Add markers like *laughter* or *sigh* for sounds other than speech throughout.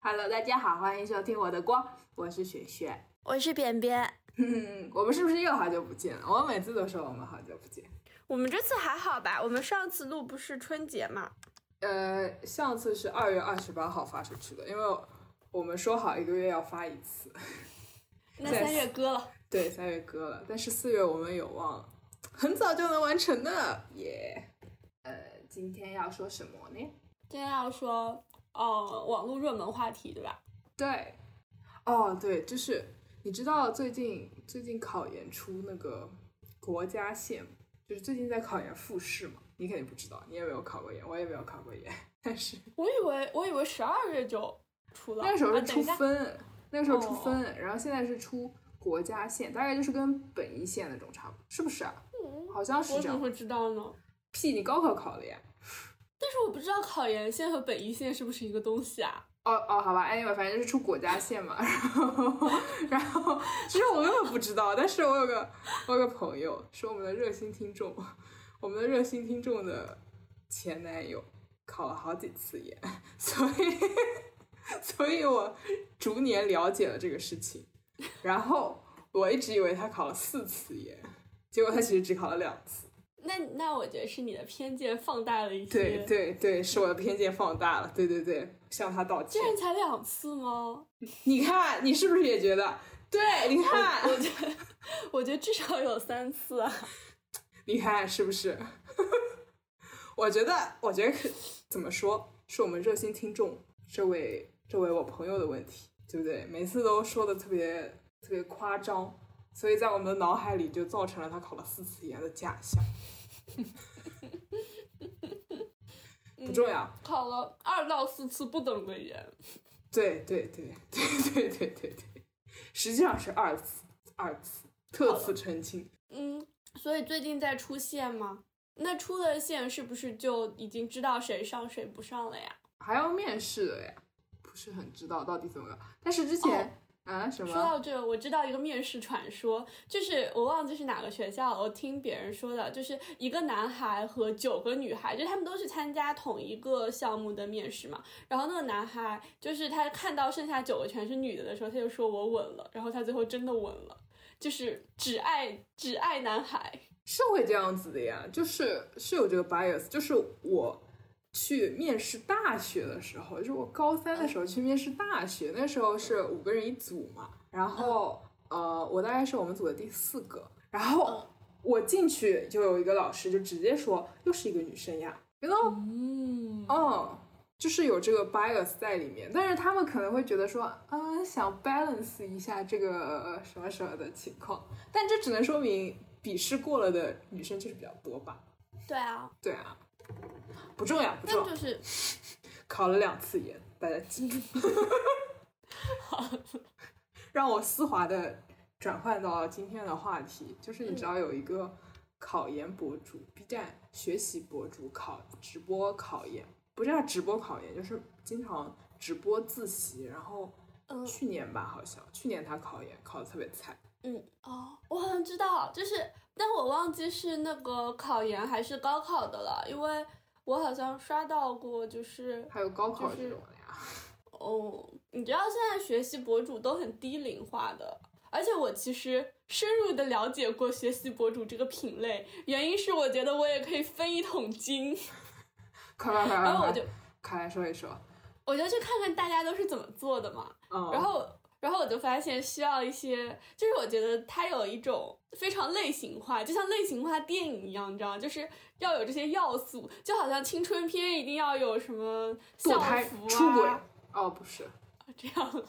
Hello，大家好，欢迎收听我的光，我是雪雪。 *laughs* 我是扁扁。嗯，我们是不是又好久不见了？我每次都说我们好久不见。我们这次还好吧？我们上次录不是春节嘛？呃，上次是二月二十八号发出去的，因为我们说好一个月要发一次。 *laughs* 那对三月割了。对，三月割了，但是四月我们有望很早就能完成的，耶、呃，今天要说什么呢？今天要说哦，网络热门话题对吧？对，哦，对，就是你知道最近最近考研出那个国家线，就是最近在考研复试嘛，你肯定不知道，你也没有考过研，我也没有考过研，但是我以为我以为十二月就出了，那个时候啊是等出一下分，那个时候出哦分，然后现在是出国家线，大概就是跟本一线那种差不多，是不是啊？好像是嗯我这怎么样。会知道呢？屁，你高考考了呀？但是我不知道考研线和本一线是不是一个东西啊？哦哦，好吧，anyway，反正就是出国家线嘛，然后然后其实我根本不知道，但是我有个我有个朋友是我们的热心听众，我们的热心听众的前男友考了好几次研，所以所以我逐年了解了这个事情，然后我一直以为他考了四次研，结果他其实只考了两次，那那我觉得是你的偏见放大了一些。对，对对，是我的偏见放大了，对对对，向他道歉竟。然才两次吗？你看，你是不是也觉得？对，你看，我觉得至少有三次啊。你看是不是？ *laughs* 我觉得，我觉得可怎么说，是我们热心听众这位这位我朋友的问题，对不对？每次都说的特别特别夸张，所以在我们的脑海里就造成了他考了四次研的假象。不重要，嗯考了二到四次不等的研，对对对对对对对对，实际上是二次二次特此澄清。嗯，所以最近在出线吗？那出了线是不是就已经知道谁上谁不上了呀？还要面试的呀，不是很知道到底怎么搞。但是之前、啊什哦说么到这，我知道一个面试传说，就是我忘记是哪个学校了，我听别人说的，就是一个男孩和九个女孩，就他们都是参加同一个项目的面试嘛。然后那个男孩就是他看到剩下九个全是女的的时候，他就说我稳了，然后他最后真的稳了，就是只爱只爱男孩。是会这样子的呀，就是是有这个 bias，就是我去面试大学的时候，就是我高三的时候去面试大学，那时候是五个人一组嘛，然后嗯呃，我大概是我们组的第四个，然后我进去就有一个老师就直接说又是一个女生呀，you know，嗯，哦，就是有这个 bias 在里面，但是他们可能会觉得说，嗯、想 balance 一下这个什么什么的情况，但这只能说明笔试过了的女生就是比较多吧。对啊，对啊，不重要，不重要，但就是考了两次研，大家记住。 *laughs* 让我丝滑的转换到今天的话题，就是嗯你知道有一个考研博主、b 站学习博主考直播考研，不叫直播考研，就是经常直播自习。然后嗯去年吧，好像去年他考研考的特别菜，嗯哦，我好像知道，就是，但我忘记是那个考研还是高考的了，因为我好像刷到过，就是，还有高考就是这种的呀。哦，你知道现在学习博主都很低龄化的，而且我其实深入的了解过学习博主这个品类，原因是我觉得我也可以分一桶金，快快快快快！然后我就快来说一说。我就去看看大家都是怎么做的嘛，嗯，然后，然后我就发现需要一些，就是我觉得它有一种非常类型化，就像类型化电影一样，你知道吗？就是要有这些要素，就好像青春片一定要有什么校堕胎、服啊，出轨，哦，不是，这样啊，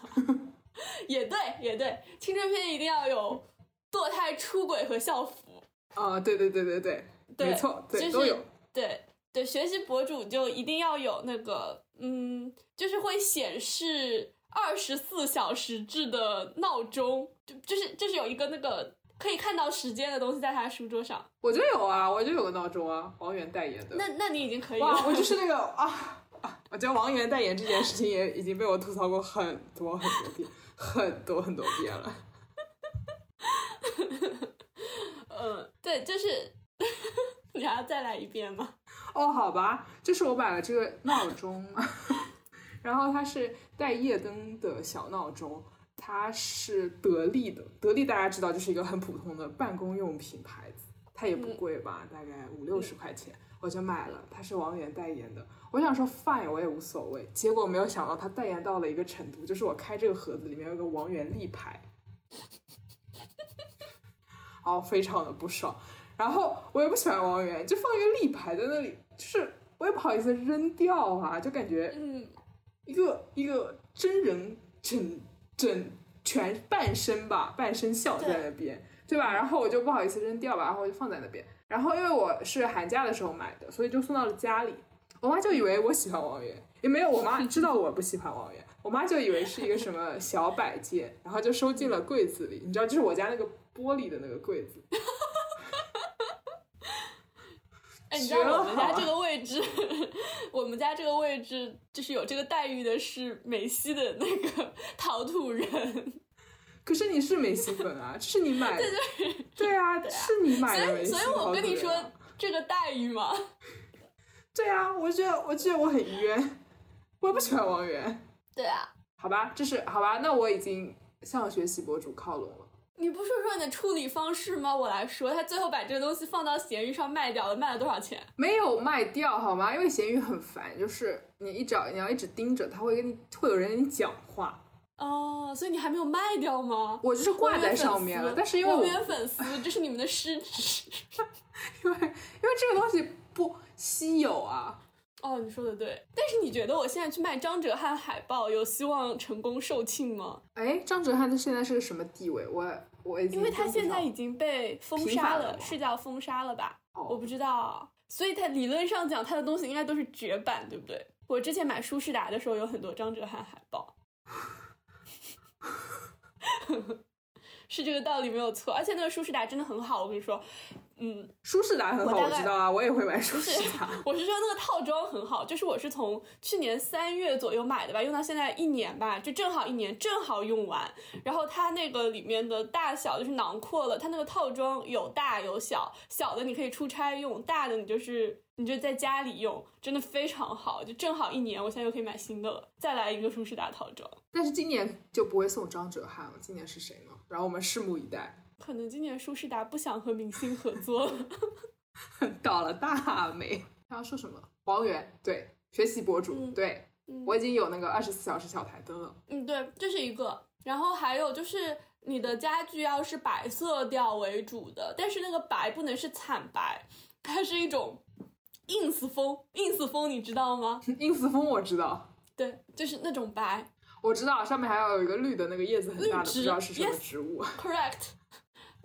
*laughs* 也对，也对，青春片一定要有堕胎、出轨和校服。啊、对对对对对，对没错，对、就是都有。对对，学习博主就一定要有那个，嗯，就是会显示二十四小时制的闹钟，就就是就是有一个那个可以看到时间的东西在他书桌上。我就有啊，我就有个闹钟啊，王源代言的。那那你已经可以哇，了。我就是那个啊啊！我觉得王源代言这件事情也已经被我吐槽过很多很多遍，很多很多遍了。嗯，对，就是 *laughs* 你还要再来一遍吗？哦，好吧，就是我买了这个闹钟，然后它是带夜灯的小闹钟，它是得力的，得力大家知道就是一个很普通的办公用品牌子，它也不贵吧，大概五六十块钱。我就买了，它是王源代言的。我想说 fine，我也无所谓。结果没有想到它代言到了一个程度，就是我开这个盒子里面有个王源立牌，然后非常的不爽。然后我也不喜欢王源，就放一个立牌在那里，就是我也不好意思扔掉啊，就感觉嗯，一个一个真人整整全半身吧，半身像在那边，对吧？然后我就不好意思扔掉吧，然后我就放在那边。然后因为我是寒假的时候买的，所以就送到了家里。我妈就以为我喜欢王源，也没有，我妈知道我不喜欢王源，我妈就以为是一个什么小摆件，然后就收进了柜子里。你知道，就是我家那个玻璃的那个柜子，哎，你知学了道我们好家啊这个位置， *laughs* 我们家这个位置就是有这个待遇的是美西的那个 *laughs* 陶土人，可是你是梅西粉啊，这是你买 *laughs* 的，对啊，是你买的所梅以西所以我好跟你可怜说啊这个待遇嘛，对啊，我觉得我觉得我很冤，我也不喜欢王源。对啊，好吧，这是好吧，那我已经向学习博主靠拢了。你不说说你的处理方式吗？我来说，他最后把这个东西放到闲鱼上卖掉了，卖了多少钱？没有卖掉好吗？因为闲鱼很烦，就是你一找你要一直盯着，他会跟你会有人跟你讲话。哦，所以你还没有卖掉吗？我就是挂在上面了，但是因为我我们因为有粉丝，这是你们的失职。 *laughs* 这个东西不稀有啊，哦，你说的对，但是你觉得我现在去卖张哲瀚海报，有希望成功售罄吗？哎，张哲瀚他现在是个什么地位？我我已经因为他跟不现在上已经被封平杀反了了，吗是叫封杀了吧？哦我不知道，所以他理论上讲，他的东西应该都是绝版，对不对？我之前买舒适达的时候，有很多张哲瀚海报， *laughs* 是这个道理没有错。而且那个舒适达真的很好，我跟你说，嗯，舒适达很好，我大我概知道啊，我也会买舒是适达。 *laughs* 我是说那个套装很好，就是我是从去年三月左右买的吧，用到现在一年吧，就正好一年，正好用完。然后它那个里面的大小就是囊括了，它那个套装有大有小，小的你可以出差用，大的你就是你就在家里用，真的非常好，就正好一年，我现在又可以买新的了。再来一个舒适达套装，但是今年就不会送张哲瀚了，今年是谁呢？然后我们拭目以待。可能今年舒适达不想和明星合作了。 *laughs* 倒了大霉。他要说什么？王源，对，学习博主，嗯对嗯我已经有那个二十四小时小台灯了。嗯，对，这是一个。然后还有就是你的家具要是白色调为主的，但是那个白不能是惨白，它是一种 ins 风，ins 风你知道吗？ ins 风我知道，对，就是那种白我知道，上面还要有一个绿的那个叶子很大的，绿不植知道是什么 yes 植物。 ，correct。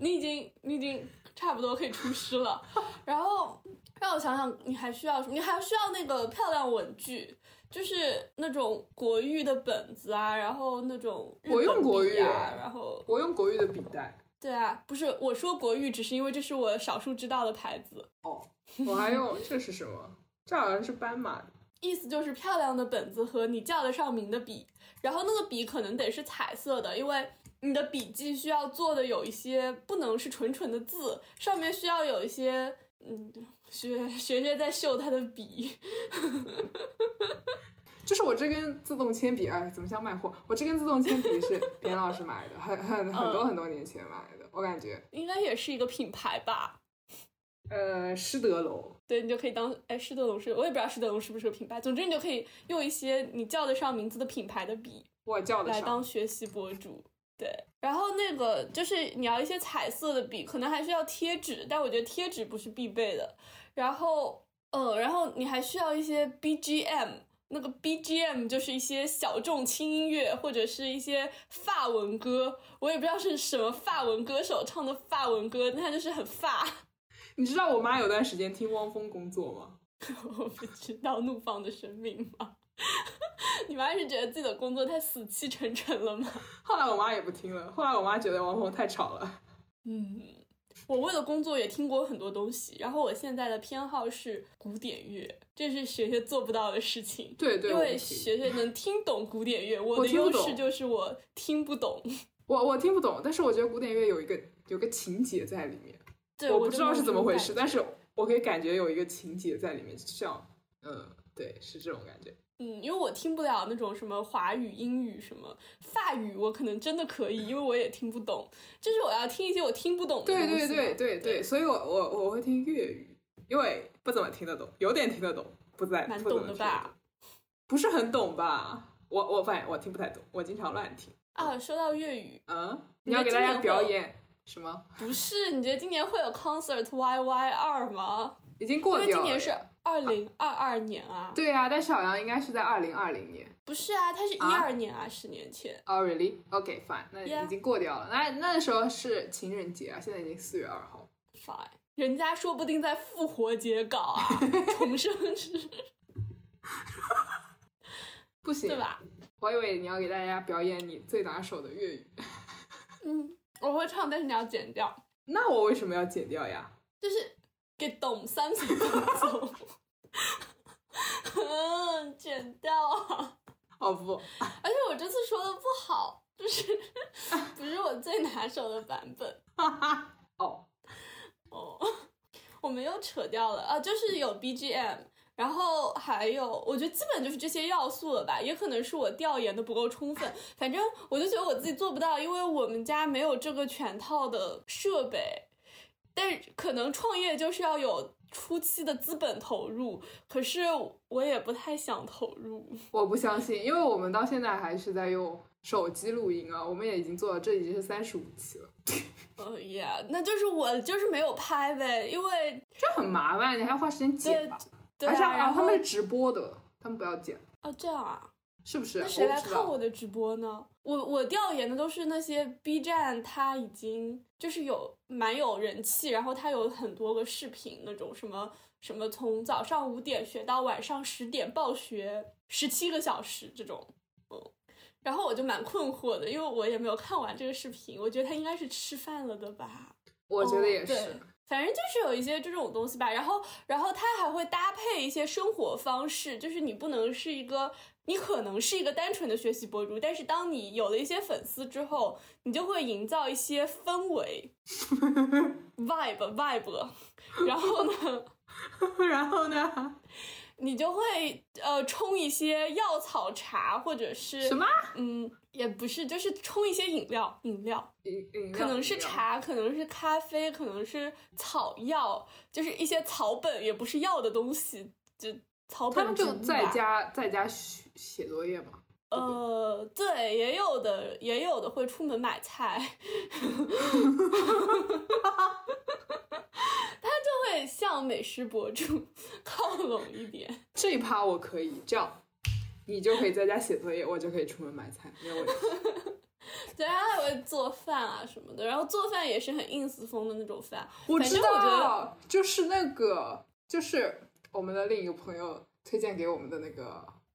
你 *laughs* 已经你已经差不多可以出师了。然后让我想想，你还需要什么？你还需要那个漂亮文具。就是那种国誉的本子啊，然后那种日我用本国笔誉啊，然 *laughs* 后我用国誉的笔袋，对啊，不是我说国誉，只是因为这是我少数知道的牌子，哦我还用这是什么？这好像是斑马的。意思就是漂亮的本子和你叫得上名的笔，然后那个笔可能得是彩色的，因为你的笔记需要做的有一些不能是纯纯的字，上面需要有一些嗯，学学学在秀他的笔，就是我这根自动铅笔，哎，怎么像卖货？我这根自动铅笔是边老师买的，很很很多嗯很多年前买的。我感觉，应该也是一个品牌吧。呃，施德龙，对你就可以当哎，施德龙是，我也不知道施德龙是不是个品牌。总之，你就可以用一些你叫得上名字的品牌的笔，我叫得来上。当学习博主。对，然后那个就是你要一些彩色的笔，可能还需要贴纸，但我觉得贴纸不是必备的。然后，呃，然后你还需要一些 BGM，那个 BGM 就是一些小众轻音乐或者是一些法文歌，我也不知道是什么法文歌手唱的法文歌，但它就是很法， *laughs* 你知道我妈有段时间听汪峰工作吗？我不知道怒放的生命吗？ *laughs* 你妈是觉得自己的工作太死气沉沉了吗？后来我妈也不听了，后来我妈觉得王峰太吵 *laughs* 了。嗯，我为了工作也听过很多东西，然后我现在的偏好是古典乐，这是学学做不到的事情。对对，因我为不听学学能听懂古典乐，我我的听不优懂势就是我听不懂。我我听不懂，但是我觉得古典乐有一个有个情节在里面，对，我我不就知道没是有怎么这种回感事，觉但是我可以感觉有一个情节在里面，就像嗯，对，是这种感觉。嗯，因为我听不了那种什么华语、英语什么法语，我可能真的可以，因为我也听不懂。就是我要听一些我听不懂的对东对西嘛对对对对，所以我我我会听粤语，因为不怎么听得懂，有点听得懂，不在蛮不怎懂么的听得吧懂，不是很懂吧？我我反正我听不太懂，我经常乱听。啊，说到粤语，嗯，你你要的给经大典家会表有演什么？不是你觉得今年会有 concert YY 二吗？已经因过为掉今了。年是二零二二年啊，对啊，但小杨应该是在二零二零年。不是啊，它是一啊二年啊，十年前。哦、r e a l l y o k fine，那 Yeah 已经过掉了。那那时候是情人节啊，现在已经四月二号。 fine，人哎家说不定在复活节搞啊，重生日，不行对，吧？我以为你要给大家表演你最拿手的粤语，嗯，我会唱，但是你要剪掉，那我为什么要剪掉呀？就是给懂三十分钟。 *laughs* 嗯，剪掉啊！哦不，而且我这次说的不好，就是 *laughs* 不是我最拿手的版本。哈哈，哦，哦， *laughs* 我们又扯掉了啊，就是有 BGM，然后还有，我觉得基本就是这些要素了吧，也可能是我调研的不够充分，反正我就觉得我自己做不到，因为我们家没有这个全套的设备，但是可能创业就是要有初期的资本投入，可是我也不太想投入，我不相信，因为我们到现在还是在用手机录音啊，我们也已经做了，这已经是三十五期了，呃也，那就是我就是没有拍呗，因为这很麻烦，你还要花时间剪吧，对而且啊，还然有他后们是直播的，他们不要剪，哦这样啊，是不是？那谁我来不知看道我的直播呢？我我调研的都是那些 B 站，它已经就是有蛮有人气，然后它有很多个视频那种什么什么从早上五点学到晚上十点暴学十七个小时这种，嗯，然后我就蛮困惑的，因为我也没有看完这个视频，我觉得他应该是吃饭了的吧。我觉得也是。哦对反正就是有一些这种东西吧，然后，然后它还会搭配一些生活方式，就是你不能是一个，你可能是一个单纯的学习博主，但是当你有了一些粉丝之后，你就会营造一些氛 *laughs* 围，vibe vibe，然 *laughs* 后呢， *laughs* 然后呢？你就会呃冲一些药草茶或者是什么？嗯，也不是，就是冲一些饮料，饮料，饮饮料可能是饮料啊茶，可能是咖啡，可能是草药，就是一些草本，也不是药的东西，就草他本们植就物在吧。家在家写写作业嘛。呃，对，也有的，也有的会出门买菜， *laughs* 他就会向美食博主 *laughs* 靠拢一点。这一趴我可以这样，你就可以在家写作业，我就可以出门买菜，没有问 *laughs* 题。对，他还会做饭啊什么的，然后做饭也是很 ins 风的那种饭，我反知正我觉得道，就是那个，就是我们的另一个朋友推荐给我们的那个、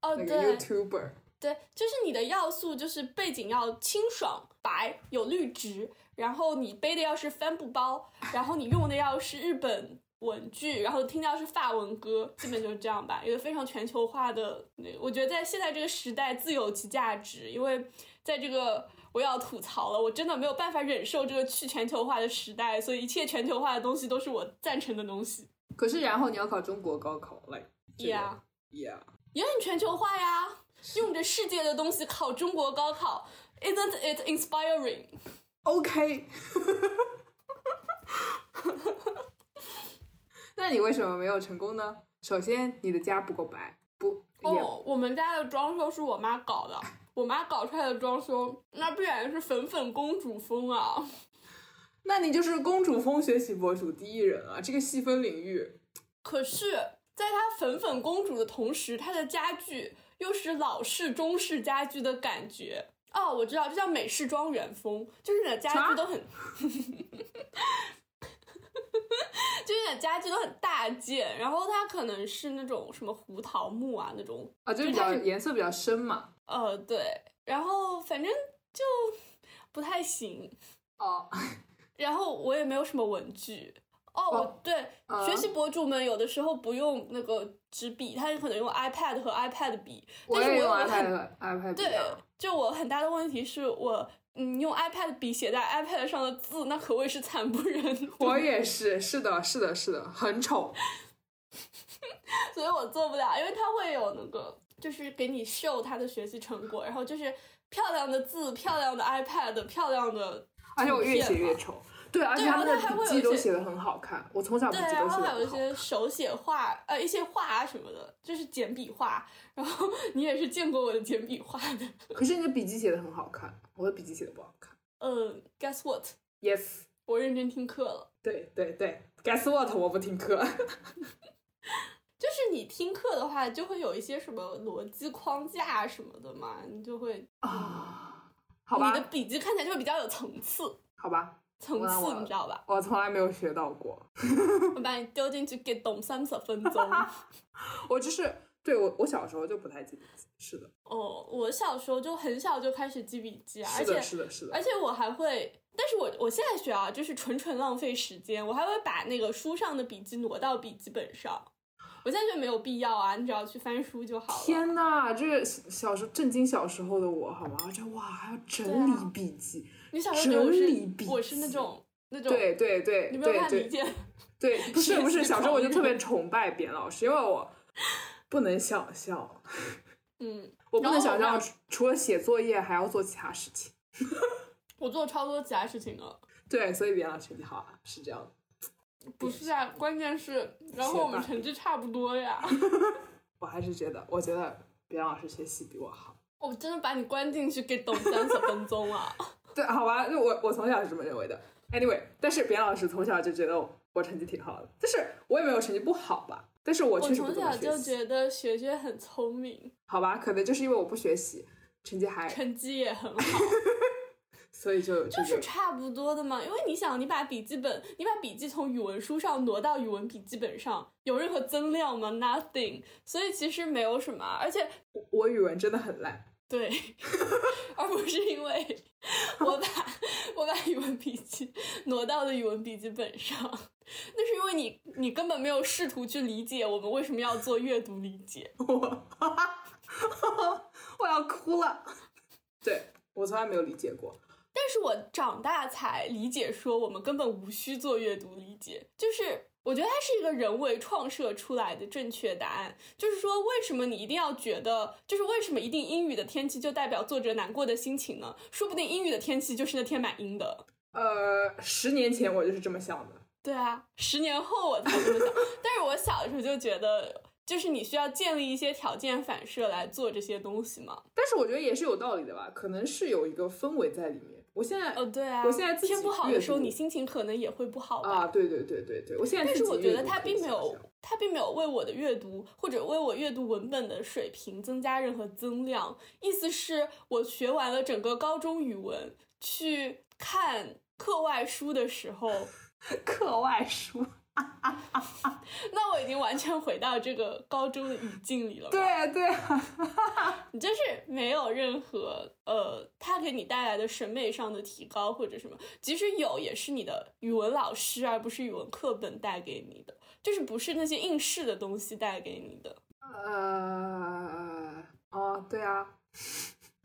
哦，那对，个 YouTuber，对，就是你的要素就是背景要清爽白有绿植，然后你背的要是帆布包，然后你用的要是日本文具，然后听到是法文歌，基本就是这样吧。一个非常全球化的，那我觉得在现在这个时代自有其价值，因为在这个。我要吐槽了，我真的没有办法忍受这个去全球化的时代，所以一切全球化的东西都是我赞成的东西。可是然后你要考中国高考，like 这个 Yeah， yeah，也很全球化呀，用着世界的东西考中国高考，Isn't it inspiring？ OK 。那你为什么没有成功呢？首先，你的家不够白，不也、哦，我们家的装修是我妈搞的，我妈搞出来的装修，那必然是粉粉公主风啊。那你就是公主风学习博主第一人啊！这个细分领域，可是，在她粉粉公主的同时，她的家具又是老式中式家具的感觉。哦，我知道，这叫美式庄园风，就是你的家具啥都很， *laughs* 就是你的家具都很大件，然后它可能是那种什么胡桃木啊那种啊，就是就比它较是颜色比较深嘛。呃，对，然后反正就不太行，哦，然后我也没有什么文具。哦，哦我对、啊学习博主们有的时候不用那个纸笔，他可能用 iPad 和 iPad 笔， *laughs* 我但是也我用我很 iPad 和 iPad 笔对啊，就我很大的问题是我嗯用 iPad 笔写在 iPad 上的字，那可谓是惨不忍睹。我也是，是的，是的，是的，很丑。所以我做不了，因为他会有那个，就是给你秀他的学习成果，然后就是漂亮的字、漂亮的 iPad、漂亮的， *laughs* 而且我越写越丑。对，而且他们的然后他还会笔有记一都些写的很好看，我从小笔对，记然都写后的还很有一好。些手写画，呃，一些画啊什么的，就是简笔画。然后 *laughs* 你也是见过我的简笔画的，可是你的笔记写的很好看，我的笔记写的不好看。嗯，guess what？ Yes，我认真听课了。对对对，Guess what？我不听课。就是你听课的话，就会有一些什么逻辑框架啊什么的嘛，你就会啊， *laughs* 好你吧的，笔记看起来就会比较有层次，好吧，层我来我次来你知道吧？我从来没有学到过，我把你丢进去给懂三十分 *laughs* 钟。我就是对我我小时候就不太记笔记，是的，哦，我小时候就很小就开始记笔记啊，而是且的，是的，是的，而且我还会，但是我我现在学啊，就是纯纯浪费时间，我还会把那个书上的笔记挪到笔记本上。我现在觉得没有必要啊，你只要去翻书就好了。天呐，这个小时候震惊小时候的我，好吗？这哇还要整对理啊笔记，你小时候觉得我整理是笔记我是那种那种，对对对你对没有办法对理解。对，不学是不是，习小时候我就狂特别崇拜扁老师，因为我不能想象，嗯，我不然能后想象我除除了写作业还要做其他事情。我做超多其他事情了，对，所以扁老师你好啊，是这样的。不是啊，关键是，然后我们学霸成绩差不多呀。 *laughs* 我还是觉得，我觉得别老师学习比我好。我真的把你关进去给等三十分钟啊！对，好吧，就我我从小是这么认为的。Anyway，但是别老师从小就觉得我我成绩挺好的，但是我也没有成绩不好吧，但 *laughs* 是我我确实不从怎么小学就习。觉得学学很聪明，好吧，可能就是因为我不学习，成绩还成绩也很好，所以就就就是差不多的嘛。因为你想，你把笔记本，你把笔记从语文书上挪到语文笔记本上，有任何增量吗？Nothing。所以其实没有什么，啊而且我我语文真的很烂。对， *laughs* 而不是因为我把我把语文笔记挪到了语文笔记本上，那是因为你你根本没有试图去理解我们为什么要做阅读理解。我， *laughs* 我要哭了。对我从来没有理解过，但是我长大才理解，说我们根本无需做阅读理解，就是我觉得它是一个人为创设出来的正确答案。就是说，为什么你一定要觉得，就是为什么一定阴雨的天气就代表作者难过的心情呢？说不定阴雨的天气就是那天蛮阴的。呃，十年前我就是这么想的。对啊，十年后我才这么想，但是我小的时候就觉得。就是你需要建立一些条件反射来做这些东西嘛？但是我觉得也是有道理的吧，可能是有一个氛围在里面。我现在、哦，对啊，我现在自己天不好的时候，阅读你心情可能也会不好吧？啊，对对对对对，我现在但自是己我觉阅得读他可以并没想有 *laughs* 象，他并没有为我的阅读或者为我阅读文本的水平增加任何增量。意思是我学完了整个高中语文，去看课外书的时候，课外书。那我已经完全回到这个高中的语境里了。， *laughs* 对对 *laughs* 啊，你就是没有任何呃，它给你带来的审美上的提高或者什么，即使有，也是你的语文老师而不是语文课本带给你的，就是不是那些应试的东西带给你的。呃，哦，对啊，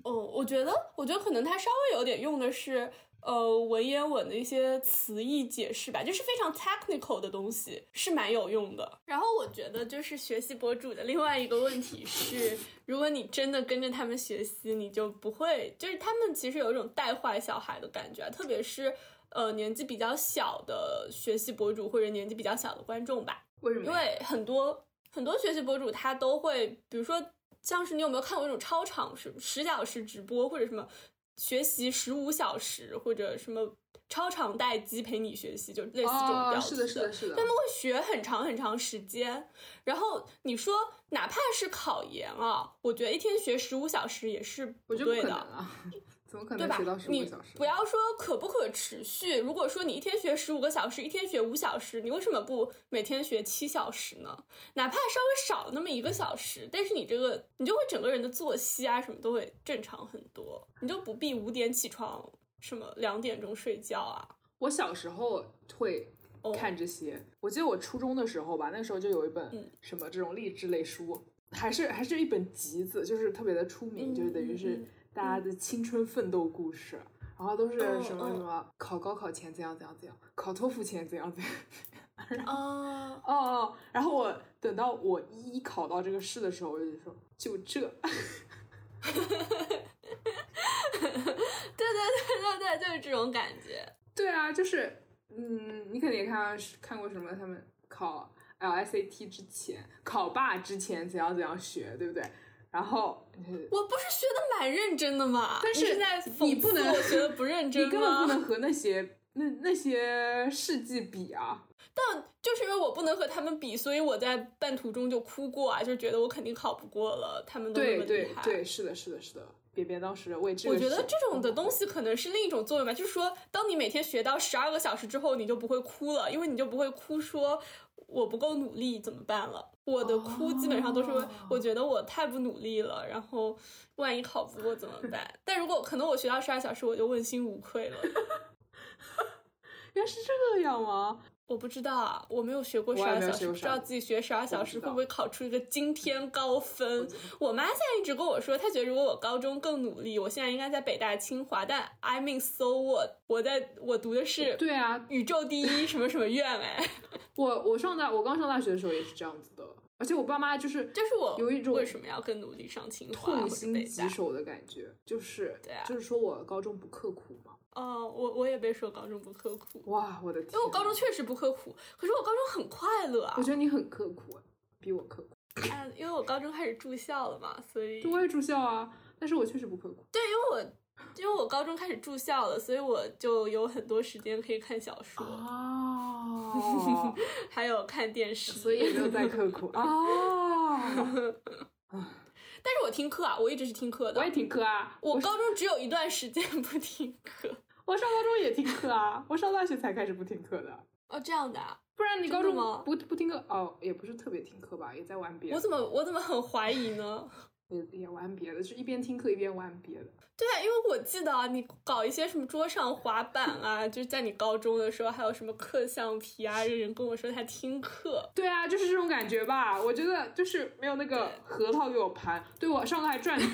哦，我觉得，我觉得可能它稍微有点用的是，呃，文言文的一些词义解释吧，就是非常 technical 的东西，是蛮有用的。然后我觉得，就是学习博主的另外一个问题是，如果你真的跟着他们学习，你就不会，就是他们其实有一种带坏小孩的感觉啊，特别是呃年纪比较小的学习博主或者年纪比较小的观众吧。为什么因呀？为很多很多学习博主他都会，比如说像是你有没有看过那种超长十十小时直播，或者什么学习十五小时，或者什么超长待机陪你学习，就类似这种哦，标是题的，是的，是的他。们会学很长很长时间，然后你说哪怕是考研啊，我觉得一天学十五小时也是我不觉得对不可的，能啊，怎么可对能吧学到？十五你个小时？不要说可不可持续，如果说你一天学十五个小时，一天学五小时，你为什么不每天学七小时呢？哪怕稍微少那么一个小时，但是你这个你就会整个人的作息啊什么都会正常很多，你就不必五点起床，什么两点钟睡觉啊。我小时候会哦看这些，我记得我初中的时候吧，那时候就有一本嗯什么这种励志类书，还是还是一本集子，就是特别的出名，嗯就是等于是嗯大家的青春奋斗故事。然后都是哦什么哦什么考高考前怎样怎样怎样，考托福前怎样怎样， *laughs* 哦，哦哦，然后我等到我一考到这个试的时候，我就说就这， *laughs* 对对对对对，就是这种感觉。对啊，就是嗯，你肯定也看到看过什么他们考呃 LSAT 之前，考霸之前怎样怎样学，对不对？然后你我不是学的蛮认真的嘛，但你是是在你讽不刺能我学的不 *laughs* 认真吗？根本不能和那些那那些事迹比啊。就是因为我不能和他们比，所以我在半途中就哭过啊，就是觉得我肯定考不过了，他们都那对么对厉害。对，是的，是的，是的。别别当时为这个我事，觉得这种嗯的东西可能是另一种作用吧，就是说，当你每天学到十二个小时之后，你就不会哭了，因为你就不会哭说我不够努力怎么办了。我的哭基本上都是哦我觉得我太不努力了，然后万一考不过怎么 *laughs* 办？但如果可能，我学到十二小时，我就问心无愧了。原来是这样吗？我不知道啊，我没有学过十我也二没有学小时，过不知道12自己学十二小时我不知会道不会考出一个惊天高分知道。我妈现在一直跟我说，她觉得如果我高中更努力，我现在应该在北大、清华。但 I mean so what？我在我读的是对啊，宇宙第一什么什么院哎， *laughs* 我我上大我刚上大学的时候也是这样子的，而且我爸妈就是就是我有一种为什么啊要更努力上清华痛或者心北疾大？首的感觉，就是对啊就是说我高中不刻苦嘛，哦，我我也被说高中不刻苦，哇，我的天！因为我高中确实不刻苦，可是我高中很快乐啊我，觉得你很刻苦，啊比我刻苦。嗯，因为我高中开始住校了嘛，所以就我也住校啊，但是我确实不刻苦。因为我高中开始住校了，所以我就有很多时间可以看小说，哦，还有看电视。 *laughs* 所以也没有在刻苦 *laughs* 哦。但是我听课啊，我一直是听课我的。也听课啊， *laughs* 我我高中只有一段时间不听课。我上高中也听课啊，我上大学才开始不听课的。 *laughs* 哦，这样的啊？不然你真高的中吗不不听课哦，也不是特别听课吧，也在玩别我的，怎么我怎么很怀疑呢？也也玩别的，就一边听课一边玩别的。对啊，因为我记得啊，你搞一些什么桌上滑板啊， *laughs* 就是在你高中的时候，还有什么刻橡皮啊，有人跟我说他听课。对啊，就是这种感觉吧。我觉得就是没有那个对核桃给我盘，对我上课还转笔，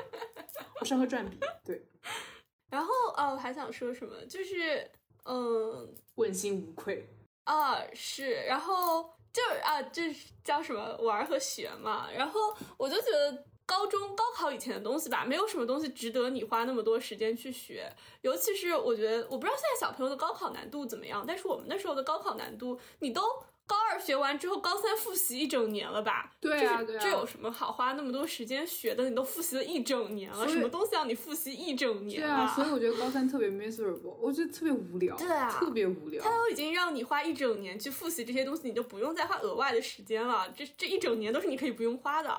*laughs* 我上课转笔，对，然后哦，我还想说什么，就是嗯，问心无愧。啊，是，然后就啊，这是叫什么玩儿和学嘛？然后我就觉得高中高考以前的东西吧，没有什么东西值得你花那么多时间去学。尤其是我觉得，我不知道现在小朋友的高考难度怎么样，但是我们那时候的高考难度，你都高二学完之后，高三复习一整年了吧？对啊，就对是啊，这有什么好花那么多时间学的？你都复习了一整年了，所以什么东西让你复习一整年对啊，所以了？我觉得高三特别 miserable，我觉得特别无聊，对啊特别无聊他。都已经让你花一整年去复习这些东西，你就不用再花额外的时间了。这这一整年都是你可以不用花的。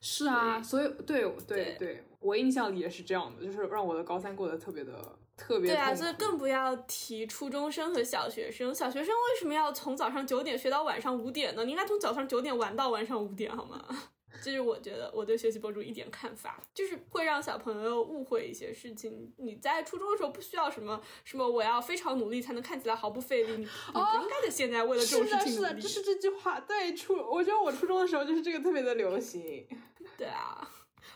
是啊，所以对对对对，我印象里也是这样的，就是让我的高三过得特别的特别对啊，痛所以苦更不要提初中生和小学生。小学生为什么要从早上九点学到晚上五点呢？你应该从早上九点玩到晚上五点，好吗？ *laughs* 这是我觉得我对学习博主一点看法，就是会让小朋友误会一些事情。你在初中的时候不需要什么什么，我要非常努力才能看起来毫不费力。你你不应该在现在为了这种是事的，哦情是努的，力。就是这句话。对，初，我觉得我初中的时候就是这个特别的流行。对啊，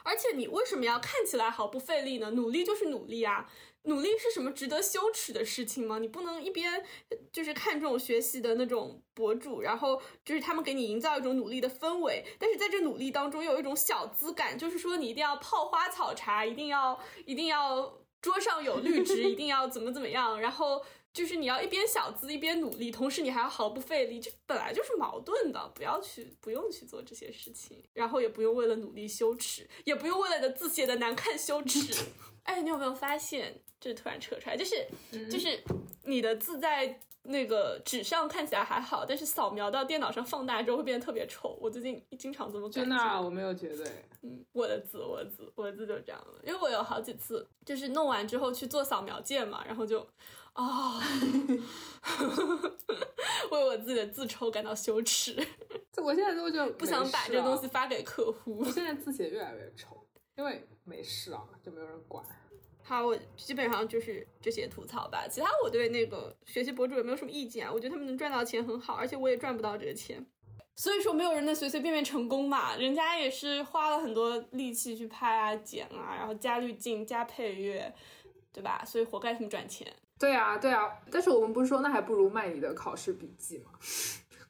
而且你为什么要看起来毫不费力呢？努力就是努力啊，努力是什么值得羞耻的事情吗？你不能一边呃就是看这种学习的那种博主，然后就是他们给你营造一种努力的氛围，但是在这努力当中又有一种小资感，就是说你一定要泡花草茶，一定要一定要桌上有绿植， *laughs* 一定要怎么怎么样，然后。就是你要一边小资一边努力，同时你还要毫不费力，这本来就是矛盾的。不要去，不用去做这些事情，然后也不用为了努力羞耻，也不用为了你的字写的难看羞耻。哎，你有没有发现？这突然扯出来，就是就是你的字在那个纸上看起来还好，但是扫描到电脑上放大之后会变得特别丑。我最近经常这么 *laughs* 感真觉的啊，我没有觉得。嗯，我的字，我的字，我的字就这样了。因为我有好几次就是弄完之后去做扫描键嘛，然后就啊， *laughs* 为我自己的字丑感到羞耻，这我现在都就不想把这个东西没事发给客户啊。我。现在字写越来越丑，因为没事啊，就没有人管。好，我基本上就是这些吐槽吧。其他我对那个学习博主也没有什么意见啊，我觉得他们能赚到钱很好，而且我也赚不到这个钱。所以说，没有人能随随便便成功嘛，人家也是花了很多力气去拍啊、剪啊，然后加滤镜、加配乐，对吧？所以活该他们赚钱。对啊，对啊，但是我们不是说那还不如卖你的考试笔记吗？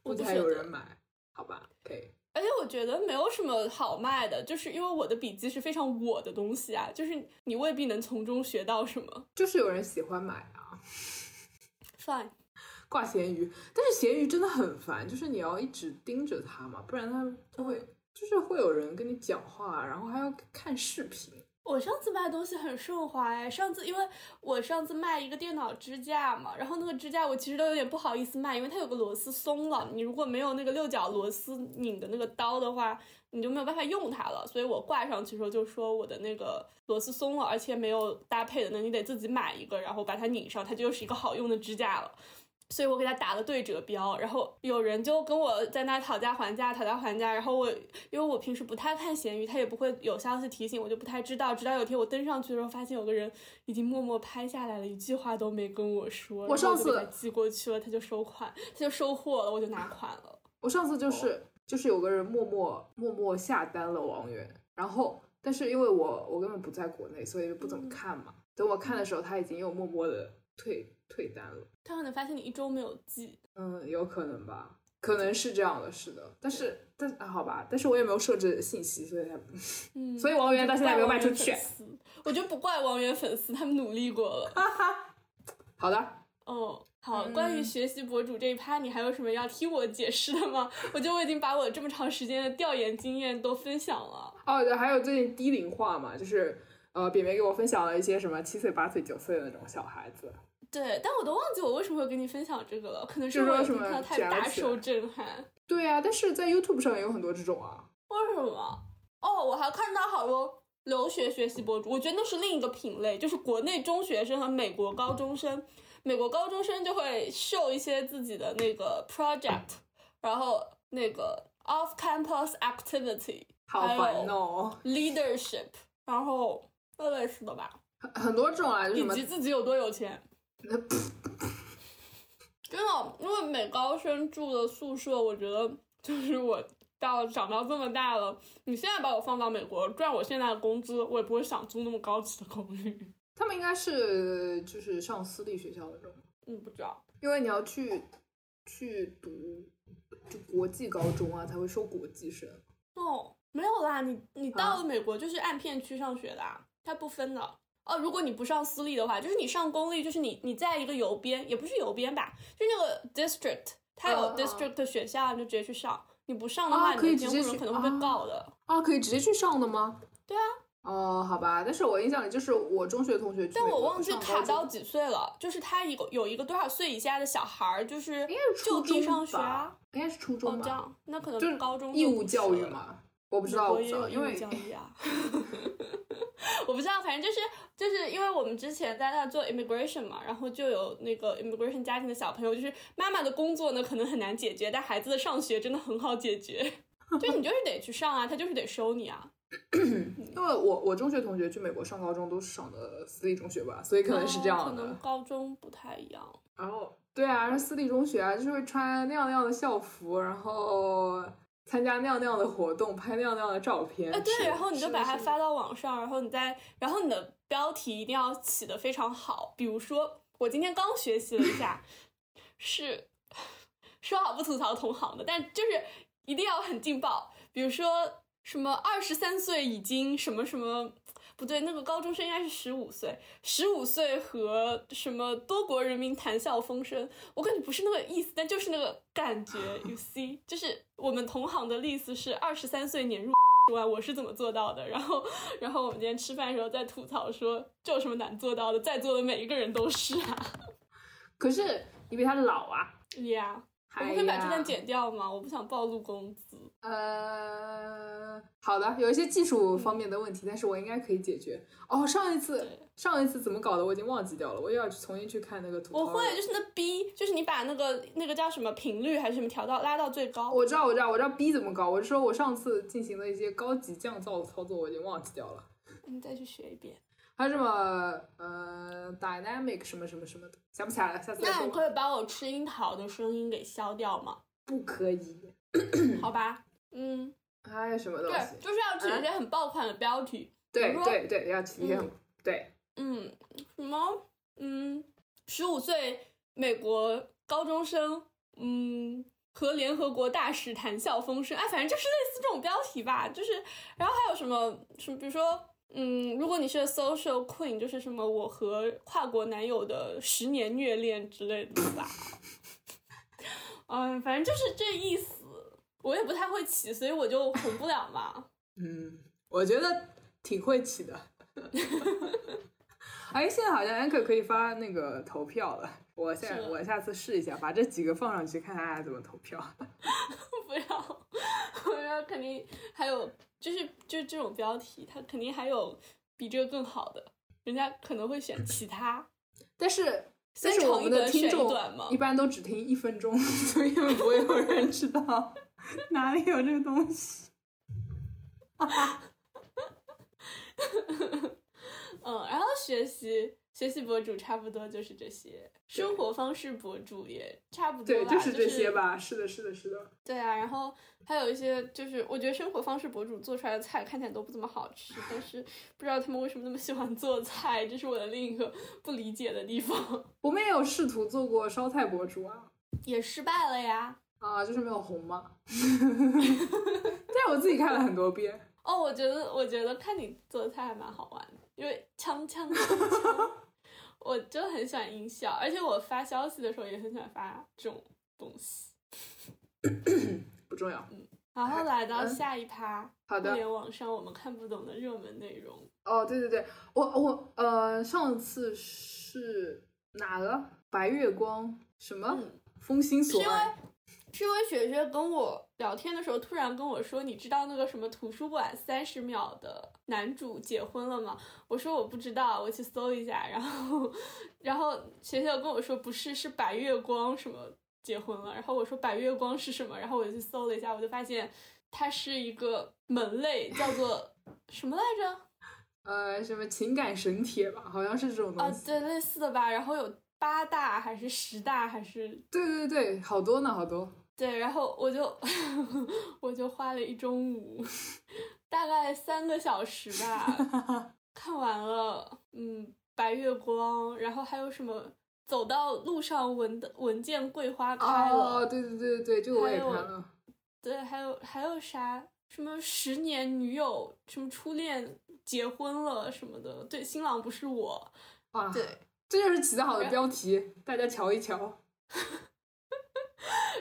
我估计不还觉有得人买，好吧？可以。而且我觉得没有什么好卖的，就是因为我的笔记是非常我的东西啊，就是你未必能从中学到什么。就是有人喜欢买啊， Fine，挂咸鱼，但是咸鱼真的很烦，就是你要一直盯着它嘛，不然它它会就是会有人跟你讲话，然后还要看视频。我上次卖东西很顺滑哎，上次因为我上次卖一个电脑支架嘛，然后那个支架我其实都有点不好意思卖，因为它有个螺丝松了，你如果没有那个六角螺丝拧的那个刀的话，你就没有办法用它了。所以我挂上去的时候就说我的那个螺丝松了，而且没有搭配的呢，你得自己买一个，然后把它拧上，它就是一个好用的支架了。所以我给他打了对折标，然后有人就跟我在那讨价还价，讨价还价。然后我因为我平时不太看闲鱼，他也不会有消息提醒，我就不太知道。直到有一天我登上去的时候，发现有个人已经默默拍下来了，一句话都没跟我说。我上然后就给次他寄过去了，他就收款，他就收货了，我就拿款了。我上次就是、哦就是有个人默默默默下单了王源，然后但是因为我我根本不在国内，所以不怎嗯么看嘛。等我看的时候，他已经又默默的退退单了。他可能发现你一周没有寄，嗯，有可能吧，可能是这样的，是的。但是但、啊、好吧，但是我也没有设置信息，所以他嗯，所以王源到现在没有卖出去我就不怪王源粉丝。 *laughs* 我就不怪王源粉丝，他们努力过啊了。好的，哦，好，嗯关于学习博主这一趴，你还有什么要听我解释的吗？ *laughs* 我觉得我已经把我这么长时间的调研经验都分享了。哦，对，还有最近低龄化嘛，就是呃，扁扁给我分享了一些什么七岁、八岁、九岁的那种小孩子，对，但我都忘记我为什么会跟你分享这个了，可能是就说我已什经么看到太卷了大起受来震撼。对啊，但是在 YouTube 上也有很多这种啊，为什么？哦，我还看到好多留学学习博主，我觉得那是另一个品类，就是国内中学生和美国高中生。美国高中生就会秀一些自己的那个 project，然后那个 off campus activity，好还有烦哦， leadership，然后类类似的吧，很很多这种啊，就什以么及自己有多 *laughs* 有钱。那噗真的，因为美高生住的宿舍，我觉得就是我到长到这么大了，你现在把我放到美国赚我现在的工资，我也不会想租那么高级的公寓。 *laughs* 他们应该是就是上私立学校的这种，嗯，不知道。因为你要去去读就国际高中啊，才会收国际生。哦，没有啦，你你到啊了美国就是按片区上学的、啊，它不分的。哦，如果你不上私立的话，就是你上公立，就是你你在一个邮编，也不是邮编吧，就那个 district，它有嗯嗯嗯 district 的学校，你就直接去上。你不上的啊话，可以你的监直接护人去可能啊会被告的。啊，可以直接去上的吗？对啊。哦，好吧，但是我印象里就是我中学同学去美但国上我高中，忘记卡到几岁了，就是他有有一个多少岁以下的小孩儿，就是应该是就初地中上学啊吧，，应该是初哦中这吧，样，那可就是能高中义就务不教是育了嘛，我不美知道，我国不也知有道，义因务为教育啊。 *laughs* 我不知道，反正就是就是因为我们之前在那做 immigration 嘛，然后就有那个 immigration 家庭的小朋友，就是妈妈的工作呢可能很难解决，但孩子的上学真的很好解决。 *laughs* 就你就是得去上啊，他就是得收你啊。因为我我中学同学去美国上高中都是上的私立中学吧，所以可能是这哦可样的。能高中不太一样。然后对啊，然后私立中学啊，就是会穿那样那样的校服，然后参加那样那样的活动，拍那样那样的照片。哎，是对，然后你是就的把它是的发到网上，然后你再，然后你的标题一定要起得非常好。比如说，我今天刚学习了一下，是说好不吐槽同行的，但就是一定要很劲爆。比如说什么二十三岁已经什么什么。不对，那个高中生应该是十五岁，十五岁和什么多国人民谈笑风生，我感觉不是那个意思，但就是那个感觉，you see，就是我们同行的例子是二十三岁年入万，我是怎么做到的？然后，然后我们今天吃饭的时候在吐槽说，这有什么难做到的？在座的每一个人都是啊可是你比他老啊， *laughs* ，Yeah，我哎们可以把呀这段剪掉吗？我不想暴露工资。呃，好的，有一些技术方面的问题，但是我应该可以解决。哦，上一次对上一次怎么搞的，我已经忘记掉了，我又要重新去看那个图。我会，就是那 B，就是你把那个那个叫什么频率还是什么调到拉到最高。我知道，我知道，我知道 B 怎么搞。我是说我上次进行的一些高级降噪操作，我已经忘记掉了。你再去学一遍。还有什么呃 dynamic 什么什么什么的，想不起来了，下次再那说你吧。可以把我吃樱桃的声音给消掉吗？不可以，好吧，嗯，还有什么东西对，？就是要取一些很爆款的标题。对比如说对对，要体现、嗯对。嗯，什么？嗯，十五岁美国高中生，嗯，和联合国大使谈笑风生，哎，反正就是类似这种标题吧，就是，然后还有什么什么，比如说。嗯，如果你是 social queen，就是什么我和跨国男友的十年虐恋之类的吧。 *laughs* 嗯，反正就是这意思，我也不太会起，所以我就红不了嘛。嗯，我觉得挺会起 *laughs* 的。哎，现在好像 Anchor 可以发那个投票了，我下是吗我下次试一下，把这几个放上去，看大家怎么投票。不要，我要肯定还有，就是就是这种标题，它肯定还有比这个更好的，人家可能会选其他。但是， *laughs* 但先是我长一们的短听选一众短嘛一，般都只听一分钟， *laughs* 所以不会有人知道哪里有这个东 *laughs* 西。嗯，然后学习学习博主差不多就是这些，生活方式博主也差不多对，吧，就是这些。吧。是的，是的，是的。对啊，然后还有一些就是，我觉得生活方式博主做出来的菜看起来都不怎么好吃，但是不知道他们为什么那么喜欢做菜，这是我的另一个不理解的地方。 *laughs* 我们也有试图做过烧菜博主啊，也失败了呀。啊，就是没有红 *laughs* 嘛。 *laughs* 但我自己看了很多遍，哦，我觉得，我觉得看你做的菜还蛮好玩的，因为锵锵锵锵，我真的很喜欢音效，而且我发消息的时候也很喜欢发这种东西。不重要。然后来到嗯下一趴，好互的，联网上我们看不懂的热门内容，哦，对对对，我我呃，上次是哪个白月光什么、嗯风心所是因为爱？是因为雪雪跟我聊天的时候突然跟我说，你知道那个什么图书馆三十秒的男主结婚了吗？我说我不知道，我去搜一下， *laughs* 然后，然后雪雪跟我说不是，是白月光什么结婚了，然后我说白月光是什么，然后我就去搜了一下，我就发现它是一个门类，叫做什么来着？呃，什么情感神帖吧，好像是这种啊东，西。对，类似的吧，然后有八大还是十大还是对对对，好多呢，好多。对，然后我就 *laughs* 我就花了一中午， *laughs* 大概三个小时吧，看完了，嗯，白月光，然后还有什么走到路上闻的闻见桂花开了，哦，对对对对对，这个我也看还有了。对，还有还有啥什么十年女友，什么初恋结婚了什么的，对，新郎不是我，哇，对，这就是起的好的然标题，大家瞧一瞧。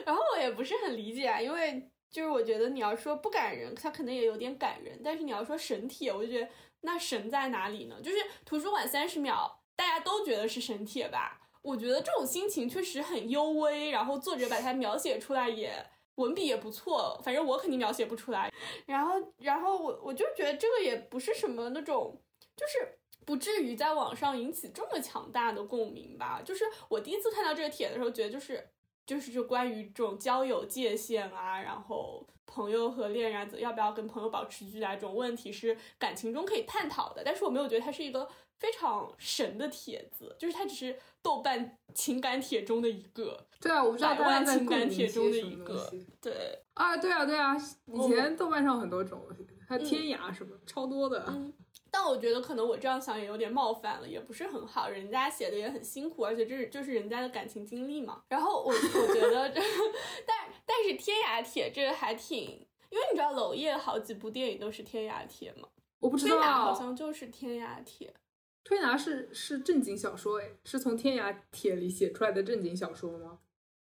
然后我也不是很理解啊，因为就是我觉得你要说不感人，它可能也有点感人，但是你要说神帖，我就觉得那神在哪里呢？就是图书馆三十秒，大家都觉得是神帖吧？我觉得这种心情确实很幽微，然后作者把它描写出来也。文笔也不错，反正我肯定描写不出来。然后，然后我我就觉得这个也不是什么那种，就是不至于在网上引起这么强大的共鸣吧。就是我第一次看到这个帖的时候，觉得就是就是就关于这种交友界限啊，然后朋友和恋人啊要不要跟朋友保持距离啊这种问题是感情中可以探讨的，但是我没有觉得它是一个非常神的帖子，就是它只是豆瓣情感帖中的一个。对啊，我不知道百大家万在情共感鸣帖些中的什一么个东西。对，啊，对啊，对啊，以我前豆瓣上很多种，还有嗯天涯什么，超多的。嗯但我觉得可能我这样想也有点冒犯了，也不是很好。人家写的也很辛苦，而且这是就是人家的感情经历嘛。然后我我觉得这， *laughs* 但但是天涯帖这个还挺，因为你知道娄烨好几部电影都是天涯帖嘛。我不知推拿好道，像就是天涯帖，推拿是是正经小说，哎，是从天涯帖里写出来的正经小说吗？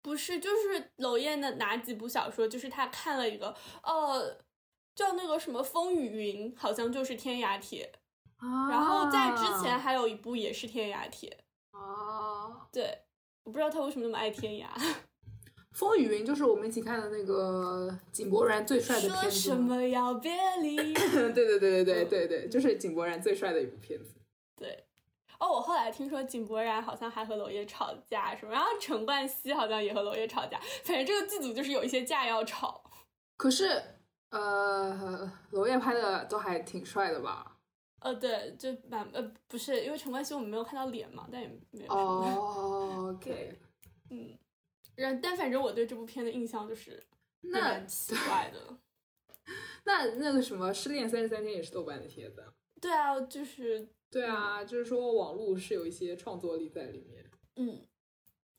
不是就是娄烨的哪几部小说？就是他看了一个呃，叫那个什么《风雨云》，好像就是天涯帖。啊然后在之前还有一部也是天涯帖，啊，对。我不知道他为什么那么爱天涯，风雨云就是我们一起看的那个井柏然最帅的片说子。什？么嗯要别离。 *laughs* *coughs* 对对对对对对对，就是井柏然最帅的一部片子。对，哦，我后来听说井柏然好像还和娄烨吵架什么，然后陈冠希好像也和娄烨吵架，反正这个剧组就是有一些架要吵。可是，呃，娄烨拍的都还挺帅的 *laughs* 吧？呃，对，就蛮呃不是，因为陈冠希我们没有看到脸嘛，但也没有什么。哦，OK，嗯，然但反正我对这部片的印象就是也那蛮奇怪 *laughs* 的。那那个什么，《失恋三十三天》也是豆瓣的帖子啊。对啊，就是对啊，就是说网络是有一些创作力在里面。嗯，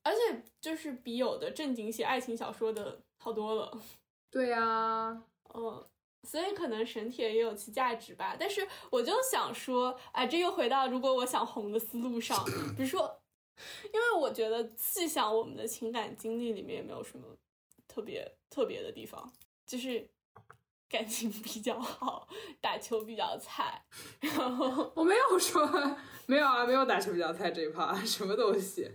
而且就是比有的正经写爱情小说的好多了。对啊，嗯，所以可能神帖也有其价值吧。但是我就想说，哎，这又回到如果我想红的思路上，比如说，因为我觉得细想我们的情感经历里面也没有什么特别特别的地方，就是感情比较好，打球比较菜，然后我没有说没有啊，没有打成比较菜这一趴，什么东西？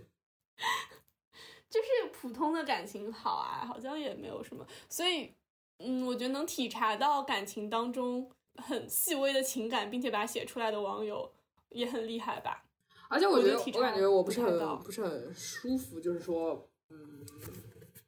就是普通的感情好啊，好像也没有什么。所以，嗯，我觉得能体察到感情当中很细微的情感，并且把它写出来的网友也很厉害吧。而且我觉得我就体察我感觉我不是体察到很不是很舒服，就是说，嗯，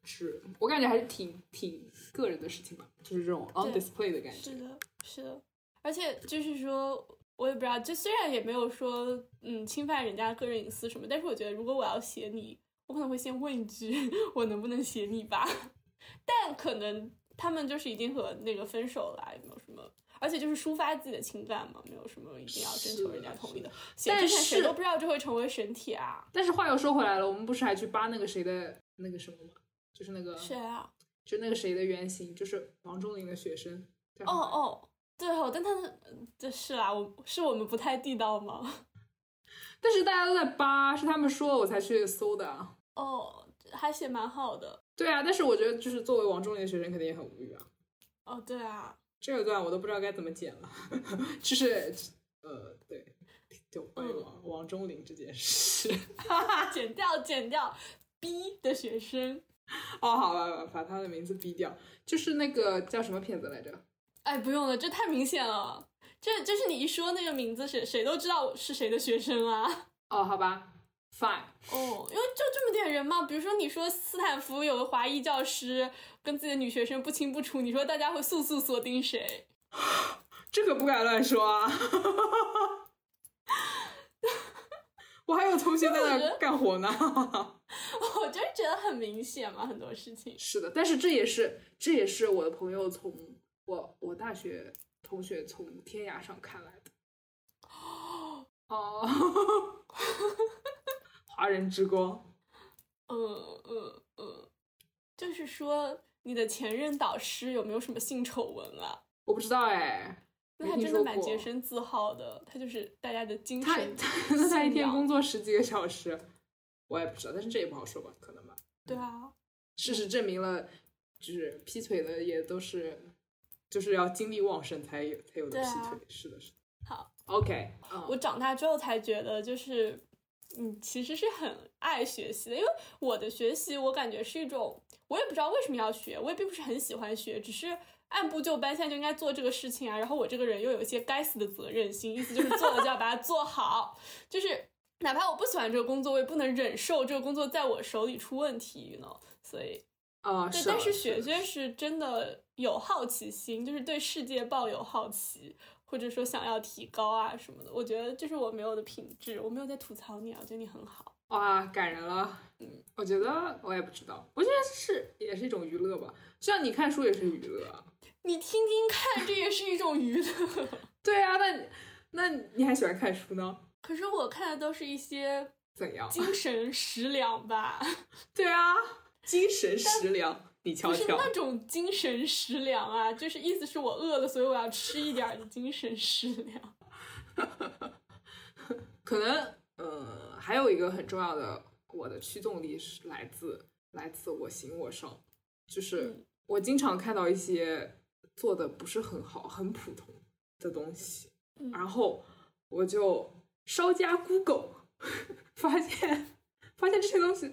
是我感觉还是挺挺个人的事情吧，就是这种 on 对 display 的感觉。是的，是的，而且就是说，我也不知道，就虽然也没有说嗯侵犯人家个人隐私什么，但是我觉得如果我要写你，我可能会先问一句 *laughs* 我能不能写你吧， *laughs* 但可能他们就是已经和那个分手了，也没有什么。而且就是抒发自己的情感嘛，没有什么一定要征求人家同意的。写但之前谁是都不知道这会成为神帖啊，但是话又说回来了，我们不是还去扒那个谁的那个什么吗？就是那个谁啊？就那个谁的原型，就是王中林的学生。叫哦什么哦，对哦，但他的这是啊，我是我们不太地道吗？ *laughs* 但是大家都在扒，是他们说我才去搜的啊。哦，还写蛮好的。对啊，但是我觉得就是作为王中林的学生，肯定也很无语啊。哦，对啊，这一段我都不知道该怎么剪了，就是呃，对，就关于王、王中林这件事。啊剪掉，剪掉。B 的学生，哦，好吧，把他的名字逼掉，就是那个叫什么片子来着？哎，不用了，这太明显了。这就是你一说那个名字，谁谁都知道是谁的学生啊。哦，好吧，Fine，哦，因为就这么点人嘛。比如说，你说斯坦福有个华裔教师跟自己的女学生不清不楚，你说大家会速速锁定谁？ *laughs* 这可不敢乱说啊。 *laughs* 我还有同学在那儿干活呢。我就是觉得很明显嘛，很多事情。是的，但是这也是这也是我的朋友从我我大学同学从天涯上看来的。哦， *laughs* 华人之光，嗯嗯嗯，就是说你的前任导师有没有什么性丑闻啊？我不知道哎，那没他听真的说蛮过洁身自好的，他就是大家的精他神他那他一信天仰工作十几个小时，我也不知道，但是这也不好说吧，可能吧。对啊，事实证明了，就是劈腿的也都是，就是要精力旺盛才有才有的对劈啊腿，是的，是的。好，OK，嗯我长大之后才觉得，就是嗯，其实是很爱学习的，因为我的学习，我感觉是一种，我也不知道为什么要学，我也并不是很喜欢学，只是。按部就班，现在就应该做这个事情啊。然后我这个人又有一些该死的责任心，意思就是做了就要把它做好，就是哪怕我不喜欢这个工作，我也不能忍受这个工作在我手里出问题呢。所以，啊，对，是但啊是雪的娟是真的有好奇心，就是对世界抱有好奇，或者说想要提高啊什么的。我觉得这是我没有的品质，我没有在吐槽你啊，我觉得你很好。哇，感人了。嗯，我觉得我也不知道，我觉得是也是一种娱乐吧，就像你看书也是娱乐啊。你听听看，这也是一种娱乐。 *laughs* 对啊，那你那你还喜欢看书呢？可是我看的都是一些怎样？精神食粮 *laughs* 吧，对啊，精神食粮，你不瞧是瞧。那种精神食粮啊，就是意思是我饿了，所以我要吃一点儿的精神食粮。可能呃，还有一个很重要的，我的驱动力是来自来自我行我上，就是嗯我经常看到一些做的不是很好、很普通的东西，嗯然后我就稍加 Google，发 *laughs* 现发现这些东西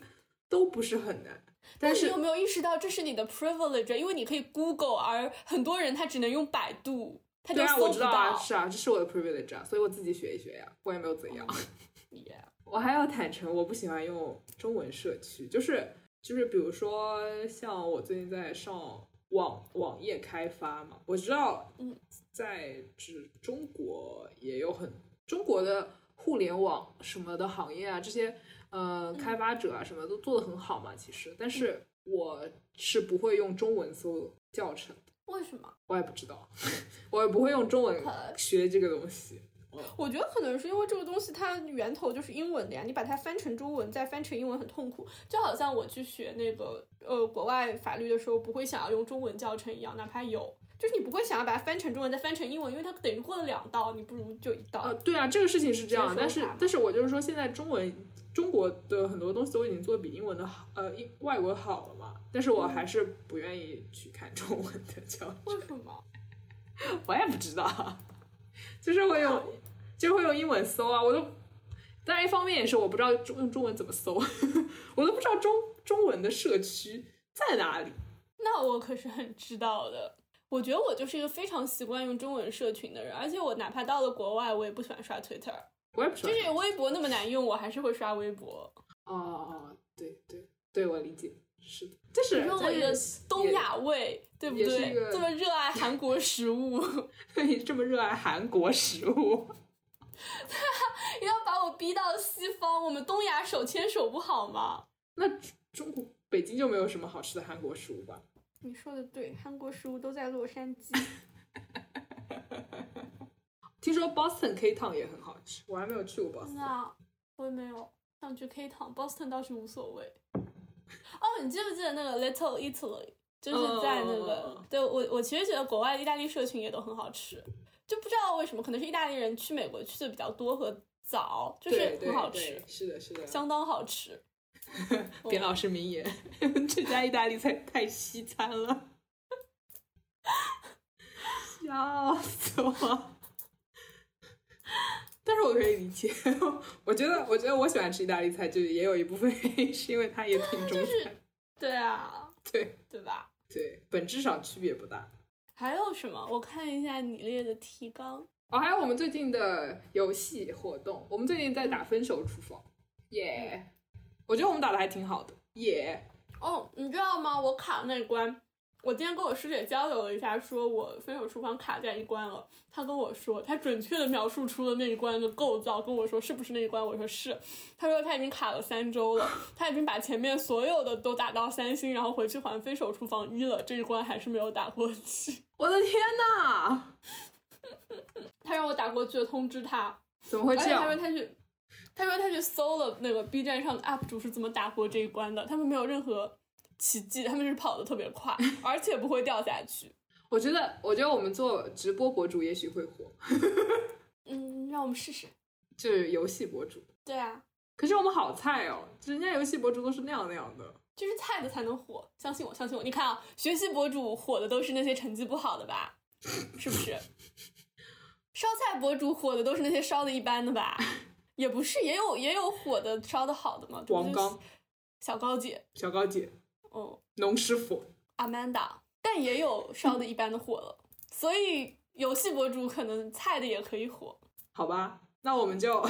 都不是很难，但你是有没有意识到这是你的 privilege？啊因为你可以 Google，而很多人他只能用百度，他就对啊，搜我知不道啊，到。是啊，这是我的 privilege 啊，所以我自己学一学呀、我也没有怎 *laughs* 样。 Yeah 我还要坦诚，我不喜欢用中文社区，就是就是，比如说像我最近在上网网页开发嘛，我知道，嗯，在指中国也有很中国的互联网什么的行业啊，这些呃开发者啊什么都做得很好嘛，其实，但是我是不会用中文搜教程的，为什么？ *laughs* 我也不知道，我也不会用中文可学这个东西，我觉得可能是因为这个东西它源头就是英文的呀，你把它翻成中文再翻成英文很痛苦，就好像我去学那个呃国外法律的时候不会想要用中文教程一样，哪怕有，就是你不会想要把它翻成中文再翻成英文，因为它等于过了两道，你不如就一道。呃，对啊，这个事情是这样直的，接但说是法嘛但是我就是说，现在中文中国的很多东西都已经做得比英文的好，呃，英外国好了嘛，但是我还是不愿意去看中文的教程，为什么？ *laughs* 我也不知道， *laughs* 就是会用就会用英文搜啊，我都，当然一方面也是我不知道中用中文怎么搜， *laughs* 我都不知道中中文的社区在哪里，那我可是很知道的。我觉得我就是一个非常习惯用中文社群的人，而且我哪怕到了国外，我也不喜欢刷 Twitter，我也不知道就。是微博那么难用，我还是会刷微博。哦哦，对对对，我理解，是的，但是你说我但一个是东亚味，对不也是一对个？这么热爱韩国食物， *laughs* 你 *laughs* 这么热爱韩国食物， *laughs* 你要把我逼到西方，我们东亚手牵手不好吗？那中国北京就没有什么好吃的韩国食物吧？你说的对，韩国食物都在洛杉矶。听说 Boston K 烫也很好吃，我还没有去过 Boston。那我也没有想去 K 堂，Boston 倒是无所谓。哦，你记不记得那个 Little Italy？就是在那个哦对我我其实觉得国外的意大利社群也都很好吃，就不知道为什么，可能是意大利人去美国去的比较多和早，就是对对很好对吃，是的，是的。相当好 *laughs* 吃。嗯扁老师名言： *laughs* 这家意大利菜太西餐了，笑死我！但是我可以理解，我觉得，我觉得我喜欢吃意大利菜，就是也有一部分原因是因为它也挺中就是餐，对啊， *laughs* 对对吧？对，本质上区别不大。还有什么？我看一下你列的提纲。哦，还有我们最近的游戏活动，我们最近在打分手厨房，耶、我觉得我们打的还挺好的，耶、哦，你知道吗？我卡那一关，我今天跟我师姐交流了一下，说我分手厨房卡在一关了。她跟我说，她准确的描述出了那一关的构造，跟我说是不是那一关？我说是。她说她已经卡了三周了，她已经把前面所有的都打到三星，然后回去还分手厨房一了，这一关还是没有打过去。我的天呐，她让我打过去的通知她，怎么会而这且她说样？她去，她说她去搜了那个 B 站上的 UP 主是怎么打过这一关的，他们没有任何奇迹，他们就是跑得特别 *laughs* 快，而且不会掉下去。我觉得，我觉得我们做直播博主也许会火，嗯，让我们试试。就是游戏博主。对啊，可是我们好菜哦，人家游戏博主都是那样那样的。就是菜的才能火，相信我，相信我。你看啊，学习博主火的都是那些成绩不好的吧？是不是？烧菜博主火的都是那些烧的一般的吧？也不是，也有也有火的烧的好的嘛。这不王就刚、小高姐，小高姐、哦，农师傅，阿曼达，但也有烧的一般的火了。所以游戏博主可能菜的也可以火。好吧，那我们就， *laughs*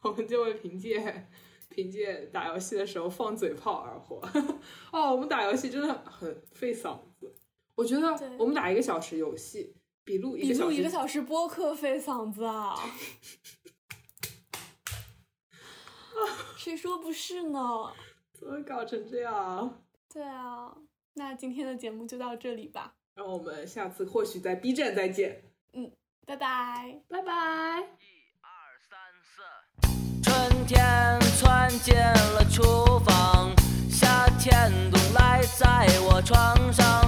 我们就会凭借凭借打游戏的时候放嘴炮而活。 *laughs* 哦，我们打游戏真的很费嗓子，我觉得对我们打一个小时游戏比录一比个小录时一个小时播客费嗓子啊！谁说不是呢？怎么搞成这样？对啊，那今天的节目就到这里吧，让我们下次或许在 B 站再见，拜拜。拜拜。春天窜进了厨房，夏天总赖在我床上。